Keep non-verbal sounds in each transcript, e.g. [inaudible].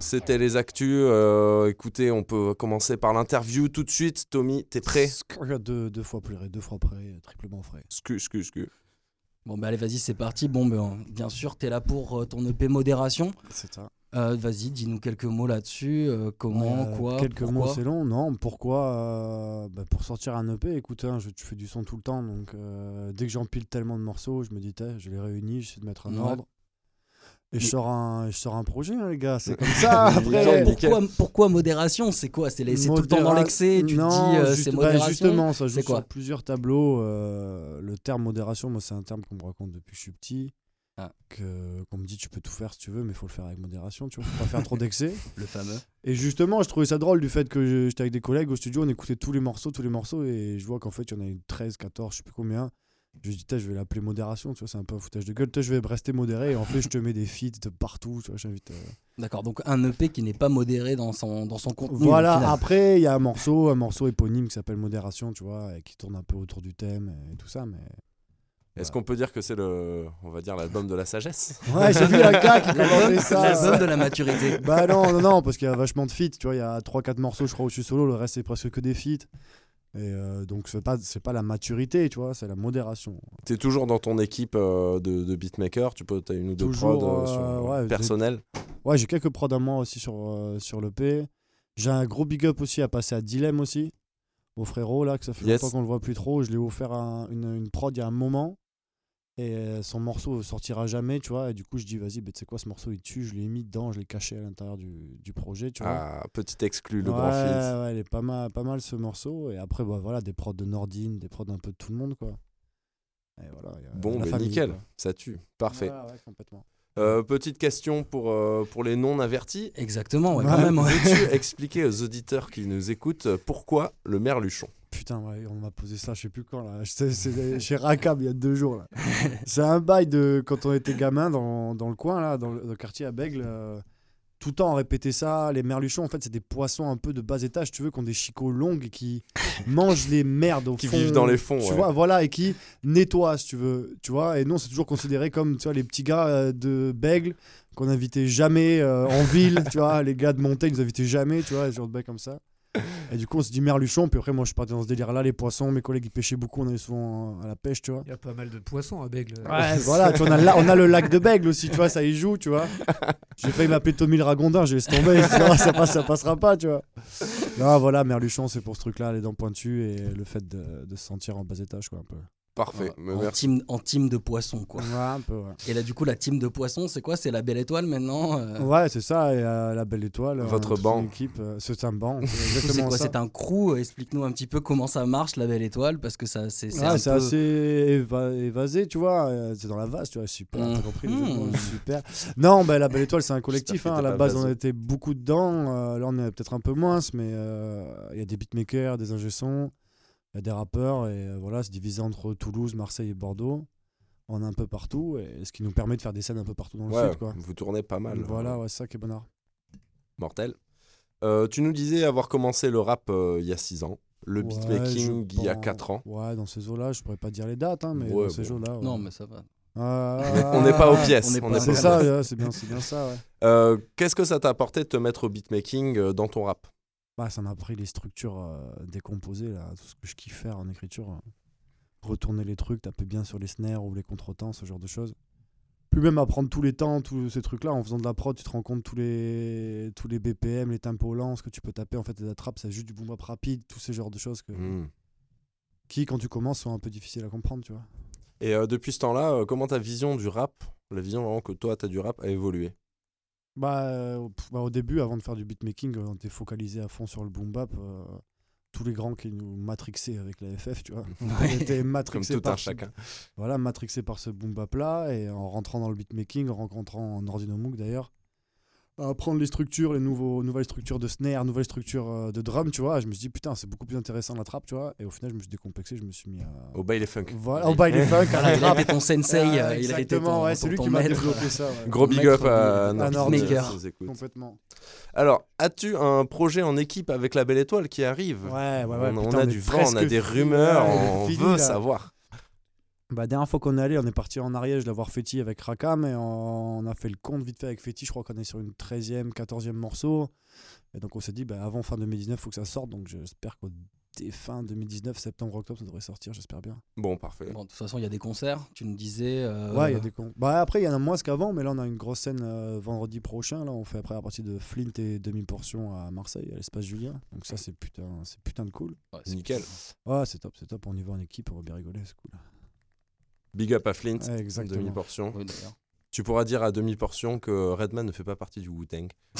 C'était les actus. euh, écoutez, on peut commencer par l'interview tout de suite. Tommy, t'es prêt Skrrr, Deux, deux fois plus, deux fois près, triplement frais. Scu, scu, scu. Bon, bah allez, vas-y, c'est parti. Bon, ben, bien sûr, t'es là pour euh, ton EP Modération. C'est ça. Euh, vas-y, dis-nous quelques mots là-dessus. euh, comment, Euh, quoi Quelques pourquoi. mots, c'est long. Non, pourquoi euh, bah, Pour sortir un EP, écoute, hein, je, tu fais du son tout le temps. Donc, euh, dès que j'empile tellement de morceaux, je me dis, Tain, je les réunis, j'essaie de mettre un Ouais. ordre. Et je Mais- sors, un, je sors un projet, hein, les gars. C'est [laughs] comme ça. Genre, Après, pourquoi, pourquoi modération C'est quoi C'est les- c'est tout le temps dans Modéra- l'excès Tu Non, te dis euh, juste- c'est bah, modération justement, ça joue c'est quoi sur plusieurs tableaux. euh, le terme modération, moi, c'est un terme qu'on me raconte depuis que je suis petit. Ah. que- Qu'on me dit, tu peux tout faire si tu veux, mais il faut le faire avec modération. Tu vois, faut pas faire trop d'excès. [laughs] Le fameux. Et justement, je trouvais ça drôle du fait que je- j'étais avec des collègues au studio, on écoutait tous les morceaux, tous les morceaux, et je vois qu'en fait, il y en a eu 13, 14, je sais plus combien. Je dis, Tain, je vais l'appeler modération, tu vois, c'est un peu un foutage de gueule. Tain, je vais rester modéré, et en fait, je te mets des feats de partout, tu vois, j'invite. euh, D'accord, donc un EP qui n'est pas modéré dans son, dans son contenu. au voilà, ah, final. après, il y a un morceau, un morceau éponyme qui s'appelle Modération, tu vois, et qui tourne un peu autour du thème et tout ça, mais. Est-ce qu'on peut dire que c'est le, on va dire l'album de la sagesse [laughs] Ouais, j'ai vu un gars [laughs] qui L'album commentait bah, ça. l'album de la maturité. Bah non, non, non, parce qu'il y a vachement de feats, tu vois, il y a 3-4 morceaux, je crois, où je suis solo, le reste c'est presque que des feats. Et euh, donc c'est pas, c'est pas la maturité, tu vois, c'est la modération. T'es toujours dans ton équipe euh, de, de beatmaker. Tu peux, t'as une ou deux Toujours, prods euh, euh, sur- ouais, j'ai- personnelles. Ouais, j'ai quelques prods à moi aussi sur, euh, sur le P. J'ai un gros big up aussi à passer à Dilem aussi, mon frérot là, que ça fait Yes. longtemps qu'on le voit plus trop. Je lui ai offert un- une, une prod il y a un moment. Et euh, son morceau sortira jamais, tu vois. Et du coup, je dis, vas-y, ben, tu sais quoi, ce morceau, il tue. Je l'ai mis dedans, je l'ai caché à l'intérieur du, du projet, tu vois. Ah, petit exclu, le ouais, grand fils. ouais, il est pas mal, pas mal ce morceau. Et après, bah, voilà, des prods de Nordine, des prods un peu de tout le monde, quoi. Et voilà, il y a Bon, la mais famille, nickel, quoi. ça tue, parfait. Ouais, ouais, complètement. Euh, petite question pour, euh, pour les non avertis. Exactement, ouais, quand Ouais. même. ouais. [laughs] Peux-tu expliquer aux auditeurs qui nous écoutent euh, pourquoi le merluchon Putain, ouais, on m'a posé ça, je sais plus quand, là. [laughs] C'est- c'est chez Rakab, il y a deux [laughs] jours, là. C'est un bail de quand on était gamin dans, dans le coin, là, dans le, dans le quartier à Bègle. euh, tout le temps, on répétait ça. Les merluchons, en fait, c'est des poissons un peu de bas étage, tu veux, qui ont des chicots longues et qui [laughs] mangent les merdes au qui fond. vivent dans les fonds tu ouais. vois voilà et qui nettoie si tu veux tu vois et non c'est toujours considéré comme tu vois les petits gars euh, de Bègle qu'on invitait jamais euh, en ville tu vois les gars de Montaigne ils nous invitaient jamais tu vois ce genre de bail comme ça et du coup on se dit merluchon puis après moi je partais dans ce délire là les poissons mes collègues ils pêchaient beaucoup on allait souvent à la pêche tu vois Il y a pas mal de poissons à Bègle. voilà, tu vois, on, a le la- on a le lac de Bègle aussi, tu vois, ça y joue, tu vois. J'ai failli m'appeler Tommy le Ragondin, j'ai laissé tomber, je dis, Ah, ça, passe, ça passera pas, tu vois. Non, voilà, Merluchon, c'est pour ce truc-là, les dents pointues et le fait de, de se sentir en bas étage, quoi, un peu. Parfait. Voilà, Mais en, merci. team, en team de poissons, quoi. Ouais, un peu, ouais. Et là, du coup, la team de poissons, c'est quoi C'est la belle étoile maintenant euh, Ouais, c'est ça, et euh, la belle étoile. euh, Votre toute banc. l'équipe, euh, c'est un [laughs] banc. C'est du coup, C'est exactement quoi ça. C'est un crew Explique-nous un petit peu comment ça marche, la belle étoile, parce que ça, c'est c'est Ouais, un c'est peu- assez éva- évasé, tu vois. euh, C'est dans la vase, tu vois. Super, Mhm. t'as compris le jeu de mots, super. Non, bah, la Belle Étoile, c'est un collectif. J'espère que hein, t'es À la pas base, vaseux. on était beaucoup dedans. euh, là, on est peut-être un peu moins, mais euh, il y a des beatmakers, des ingé-sons, il y a des rappeurs. Et euh, voilà, c'est divisé entre Toulouse, Marseille et Bordeaux. On est un peu partout, et ce qui nous permet de faire des scènes un peu partout dans le Ouais, sud, quoi. vous tournez pas mal. voilà, hein, ouais, c'est ça qui est bon art. Mortel. Euh, tu nous disais avoir commencé le rap euh, il y a 6 ans, le Ouais, beatmaking je il y a pense- 4 ans. Ouais, dans ces eaux-là, je pourrais pas dire les dates, hein, mais Ouais, dans ces bon. eaux-là. ouais. Non, mais ça va. Ah, [laughs] On n'est pas aux pièces. on est on pas- n'est C'est pas aux ça, pièces. ouais, c'est bien, c'est bien ça, ouais. Euh, Qu'est-ce que ça t'a apporté de te mettre au beatmaking euh, dans ton rap Bah, ça m'a pris les structures euh, décomposées, là, tout ce que je kiffe faire en écriture. euh. Retourner les trucs, taper bien sur les snares ou les contretemps, ce genre de choses. Plus même apprendre tous les temps, tous ces trucs-là, en faisant de la prod, tu te rends compte tous les, tous les BPM, les tempos lents, ce que tu peux taper, en fait, les attrapes, c'est juste du boom-bap rapide, tous ces genres de choses que, Hmm. qui, quand tu commences, sont un peu difficiles à comprendre, tu vois. Et euh, depuis ce temps-là, euh, comment ta vision du rap, la vision vraiment que toi t'as du rap, a évolué Bah, euh, pff, bah, au début, avant de faire du beatmaking, euh, on était focalisé à fond sur le boom bap. euh, tous les grands qui nous matrixaient avec la FF, tu vois. [laughs] [laughs] On était Comme matrixés tout un par, ce- chacun. voilà, matrixés par ce boom bap là. Et en rentrant dans le beatmaking, en rencontrant Nordinomuk d'ailleurs, à apprendre les structures, les nouveaux, nouvelles structures de snare, nouvelles structures euh, de drum, tu vois. Je me suis dit, putain, c'est beaucoup plus intéressant la trappe, tu vois. Et au final, je me suis décomplexé, je me suis mis à. Au bail les funk. [laughs] Voilà, [laughs] au bail les funk, à la Il a trappe. été ton sensei, Ah, euh, il a été exactement, ton, ouais, ton- c'est lui ton qui m'a maître. développé ça. ouais. Gros big up Maître à beat- Nord à Nord Business, Maker. si vous écoutez. Complètement. Alors, as-tu un projet en équipe avec la Belle Étoile qui arrive Ouais, ouais, ouais. on, on putain, a on est du vent, on a presque des fini, rumeurs, ouais, on fini, veut là. savoir. Bah, dernière fois qu'on est allé, on est parti en Ariège, l'avoir Fetty avec Rakam, et on, on a fait le compte vite fait avec Fetty. Je crois qu'on est sur une 13e, 14e morceau. Et donc, on s'est dit, bah, avant fin 2019, il faut que ça sorte. Donc, j'espère qu'au dès fin 2019, septembre, octobre, ça devrait sortir, j'espère bien. Bon, parfait. Bon, de toute façon, il y a des concerts, tu nous disais. euh, Ouais, il y a des cons. Bah, après, il y en a moins qu'avant, mais là, on a une grosse scène euh, vendredi prochain. Là, on fait après la partie de Flint et demi-portion à Marseille, à l'espace Julien. Donc, ça, c'est putain, c'est putain de cool. ouais, c'est- Nickel. Ouais, c'est top, c'est top. On y va en équipe, on va bien rigoler, [laughs] c'est cool. Big up à Flint, Ouais, exactement. demi-portion. Oui, d'ailleurs. Tu pourras dire à demi-portion que Redman ne fait pas partie du Wu-Tang. [laughs]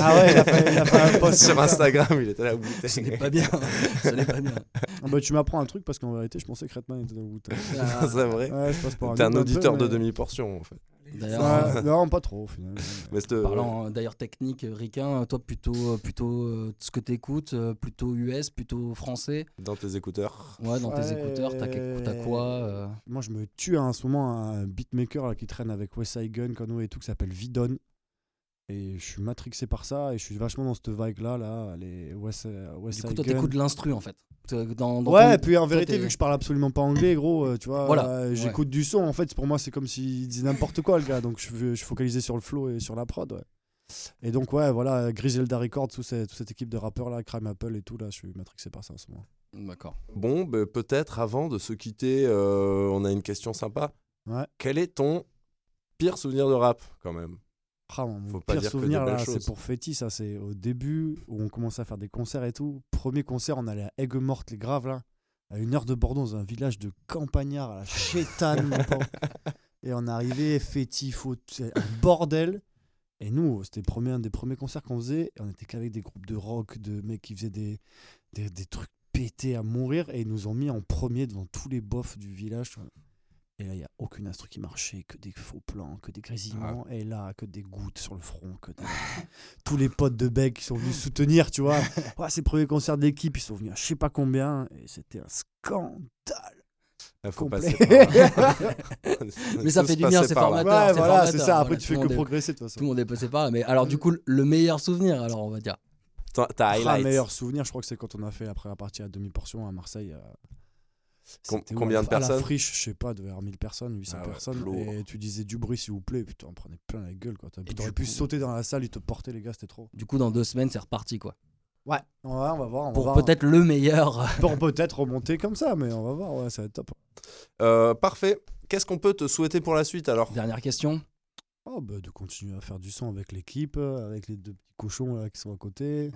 Ah ouais, il a fait, il a fait un post Sur Instagram, il était là Ce n'est Wu-Tang. pas bien. [laughs] Ce n'est pas bien. Ah bah, tu m'apprends un truc parce qu'en vérité, je pensais que Redman était dans [laughs] le Wu-Tang. Ah, [laughs] C'est vrai. Ouais, je passe pour T'es un autre auditeur peu, de mais- demi-portion, en fait. D'ailleurs, [laughs] euh, Ouais, non, pas trop, au final. Ouais. Mais c'est, euh, parlant euh, d'ailleurs technique, euh, Riquin, euh, toi plutôt, euh, plutôt euh, ce que t'écoutes, euh, plutôt US, plutôt français. dans tes écouteurs. Ouais, dans tes Ouais. écouteurs, t'as que- t'as quoi euh, Moi, je me tue à un ce moment un beatmaker là, qui traîne avec Westside Gun, Conway et tout, qui s'appelle Vidon. Et je suis matrixé par ça et je suis vachement dans cette vague-là, là, les West, euh, Du Westside coup, toi Gun. t'écoutes de l'instru en fait. T'as- Dans, dans Ouais, ton- puis en vérité, t'es- vu que je parle absolument pas anglais, gros, euh, tu vois, Voilà, euh, ouais. j'écoute du son. En fait, pour moi, c'est comme s'il disait n'importe quoi, le gars. Donc, je, suis- je suis focalisé sur le flow et sur la prod, ouais. Et donc, ouais, voilà, Griselda Records, toute cette, toute cette équipe de rappeurs, là, Crime Apple et tout, là, je suis matrixé par ça en ce moment. D'accord. Bon, ben, peut-être avant de se quitter, euh, on a une question sympa. Ouais. Quel est ton pire souvenir de rap, quand même Ah, mon Faut pas pire dire que souvenir, des belles là, c'est choses. pour Fetty, ça, c'est au début où on commençait à faire des concerts et tout. Premier concert, on allait à Aigues-Mortes, les Graves, là, à une heure de Bordeaux, dans un village de campagnards, à la chétane, mon [laughs] pauvre. Et on arrivait, Fetty, faut c'est un bordel. Et nous, oh, c'était le premier- un des premiers concerts qu'on faisait, et on était qu'avec des groupes de rock, de mecs qui faisaient des, des, des trucs pétés à mourir, et ils nous ont mis en premier devant tous les bofs du village. tu vois. Et là, il n'y a aucune instru qui marchait, que des faux plans, que des grésillements, Ah. et là, que des gouttes sur le front, que des- [laughs] tous les potes de Beck qui sont venus soutenir, tu vois. [laughs] Ouais, ces premiers concerts d'équipe, ils sont venus à je sais pas combien, et c'était un scandale Il Ah, faut complet. passer [laughs] par là. Mais ça Tous fait du bien, passer c'est par là. Ouais, formateur. voilà, c'est c'est formateur, ça. Après, tu voilà, tout fais le que monde est- progresser, de toute Tout le façon. monde est passé par là. Mais alors, du coup, le meilleur souvenir, alors on va dire. Ta, ta Ah, highlight. meilleur souvenir, je crois que c'est quand on a fait la première partie à demi-portion à Marseille. euh, Com- c'était où, combien à la- de à personnes la friche, je sais pas, devait y avoir 1000 personnes, 800 Ah ouais, personnes. lourd. Et tu disais du bruit, s'il vous plaît. Putain, on prenait plein la gueule, quoi. T'as- Et T'aurais du pu coup- sauter dans la salle, ils te portaient, les gars, c'était trop. Du coup, dans deux semaines, c'est reparti quoi. Ouais, on va, on va voir. On va Pour voir. peut-être le meilleur. [laughs] Pour peut-être remonter comme ça, mais on va voir, ouais, ça va être top. Euh, Parfait. Qu'est-ce qu'on peut te souhaiter pour la suite alors Dernière question. Oh, bah, de continuer à faire du son avec l'équipe, euh, avec les deux petits cochons là, qui sont à [laughs] côté.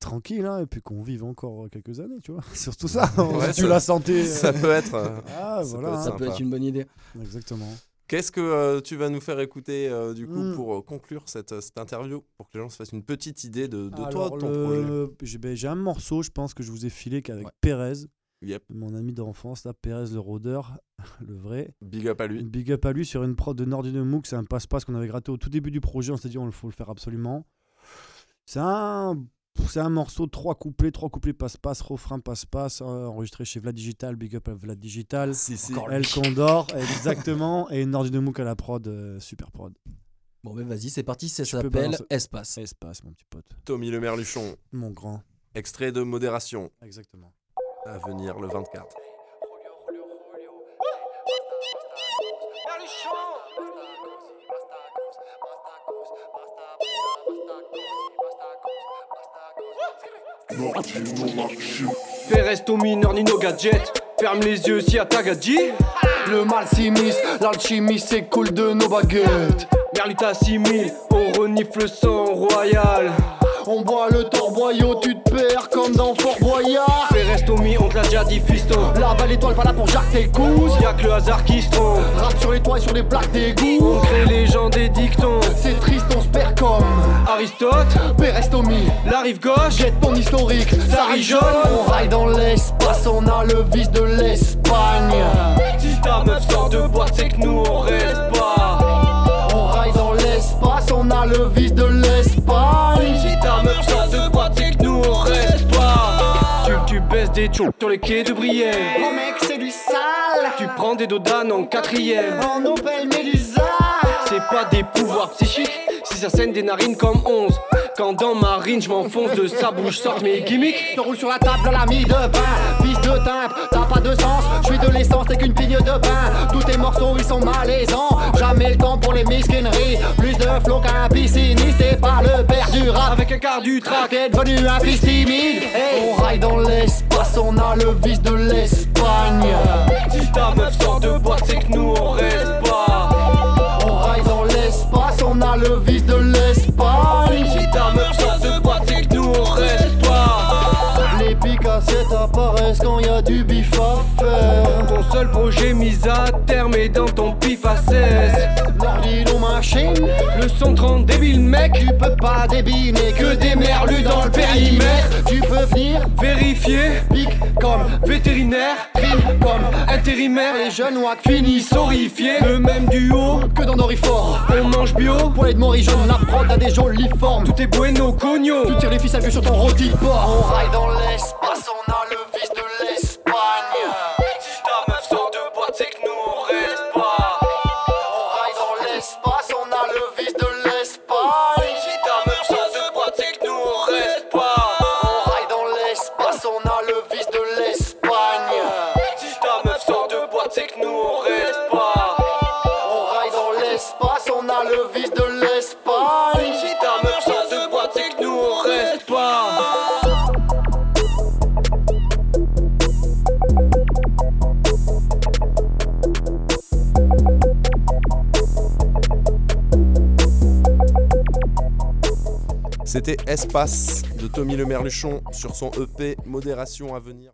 Tranquille, hein, et puis qu'on vive encore quelques années, tu vois. [laughs] Surtout ça, on Ouais, se tue ça- la santé. euh. Ça peut être. euh, Ah, ça peut voilà. être hein. Ça peut Sympa. être une bonne idée. Exactement. Qu'est-ce que euh, tu vas nous faire écouter euh, du coup Hmm. pour euh, conclure cette, euh, cette interview Pour que les gens se fassent une petite idée de, de toi, Alors, de ton projet. le- J'ai ben, j'ai un morceau, je pense, que je vous ai filé qu'avec Ouais. Pérez, Yep. mon ami d'enfance, là, Pérez le rôdeur, [laughs] le vrai. Big up à lui. Une Big up à lui sur une prod de Nord Mook, c'est un passe-passe qu'on avait gratté au tout début du projet, on s'est dit on le faut le faire absolument. C'est un, c'est un morceau, trois couplets, trois couplets passe-passe, refrain passe-passe, euh, enregistré chez Vlad Digital, Big up à Vlad Digital, Si, si. Encore El Condor, exactement, et Nord Mook à la prod, euh, super prod. Bon, mais vas-y, c'est parti. Ça Tu peux s'appelle balancer. Espace. Espace, mon petit pote, Tommy le Merluchon, mon grand. extrait de Modération, Exactement. à venir le 24. Pérez, ton mineur, ni nos gadgets. Ferme les yeux si à ta gadji. Le mal s'immisce, l'alchimiste s'écoule de nos baguettes. Merlu t'assimile, on renifle le sang royal. On boit le torboyau, tu te perds comme dans Fort Boyard. Pérez, ton mi, on te l'a déjà dit, fiston. La belle étoile, pas là pour Jacques tes couses. Y'a que le hasard qui se trompe. Rap sur les toits et sur les plaques On d'égout. crée les gens des dictons. C'est triste, on se perd comme Aristote, Perestomi. la rive gauche, Jette ton historique, ça rigeonne. On raille dans l'espace, on a le vice de l'Espagne. si ta meuf sort de boîte, c'est que nous on reste pas. On raille dans l'espace, on a le vice de l'Espagne. Si ta meuf sort de boîte, c'est que nous on reste pas. Tu, tu baisses des tchons sur les quais de Brienne. Oh mec, c'est du sale. Tu prends des dodanes en quatrième. En nouvelle Médusa. C'est pas des pouvoirs psychiques, si ça saigne des narines comme 11. Quand dans ma rine, je m'enfonce de sa bouche, sortent mes gimmicks. Je roule sur la table de l'ami de pain fils de timbre, t'as pas de sens, je suis de l'essence, t'es qu'une pigne de pain. Tous tes morceaux ils sont malaisants, jamais le temps pour les misquineries. Plus de flots qu'un pisciniste, t'es pas le père du rap. Avec un quart du track, T'es devenu un fils timide. Hey, on raille dans l'espace, on a le vice de l'Espagne. si ta meuf sort de boîte, c'est que nous on reste pas. On raille dans l'espace, on a le vice de l'Espagne. Si ta meuf sort de boîte, c'est que nous on reste pas. Les pics à sept apparaissent quand y a du bif à faire. Ton seul projet mis à terme est dans ton pif à 16. L'ordi l'on machine, Le 130 débile mec, tu peux pas débiner que des merlus dans le périmètre. Tu peux venir, vérifié pic comme, vétérinaire, crime comme. intérimaire, Les les jeunes wack finis finissent horrifiés, le même duo, que dans Dorifort. on mange bio, Pour les de Morigeon, la prod a des jolies formes. tout est bueno cogno. Tu tires les ficelles que sur ton rôti de porc. On raille dans l'espace, on a le vice de l'Espagne. Si ta meuf sort de boîte, c'est que nous on reste pas. On raille dans l'espace, on a le vice de l'Espagne. Si ta meuf sort de boîte, c'est que nous on reste On pas. raille dans l'espace, on a le vice de l'Espagne. Si ta meuf sort de boîte, c'est que nous on reste pas. On raille dans l'espace, on a le vice de l'Espagne. Si ta meuf sort de boîte, c'est que nous on reste pas. C'était Espace de Tommy le Merluchon sur son EP E Modération à venir.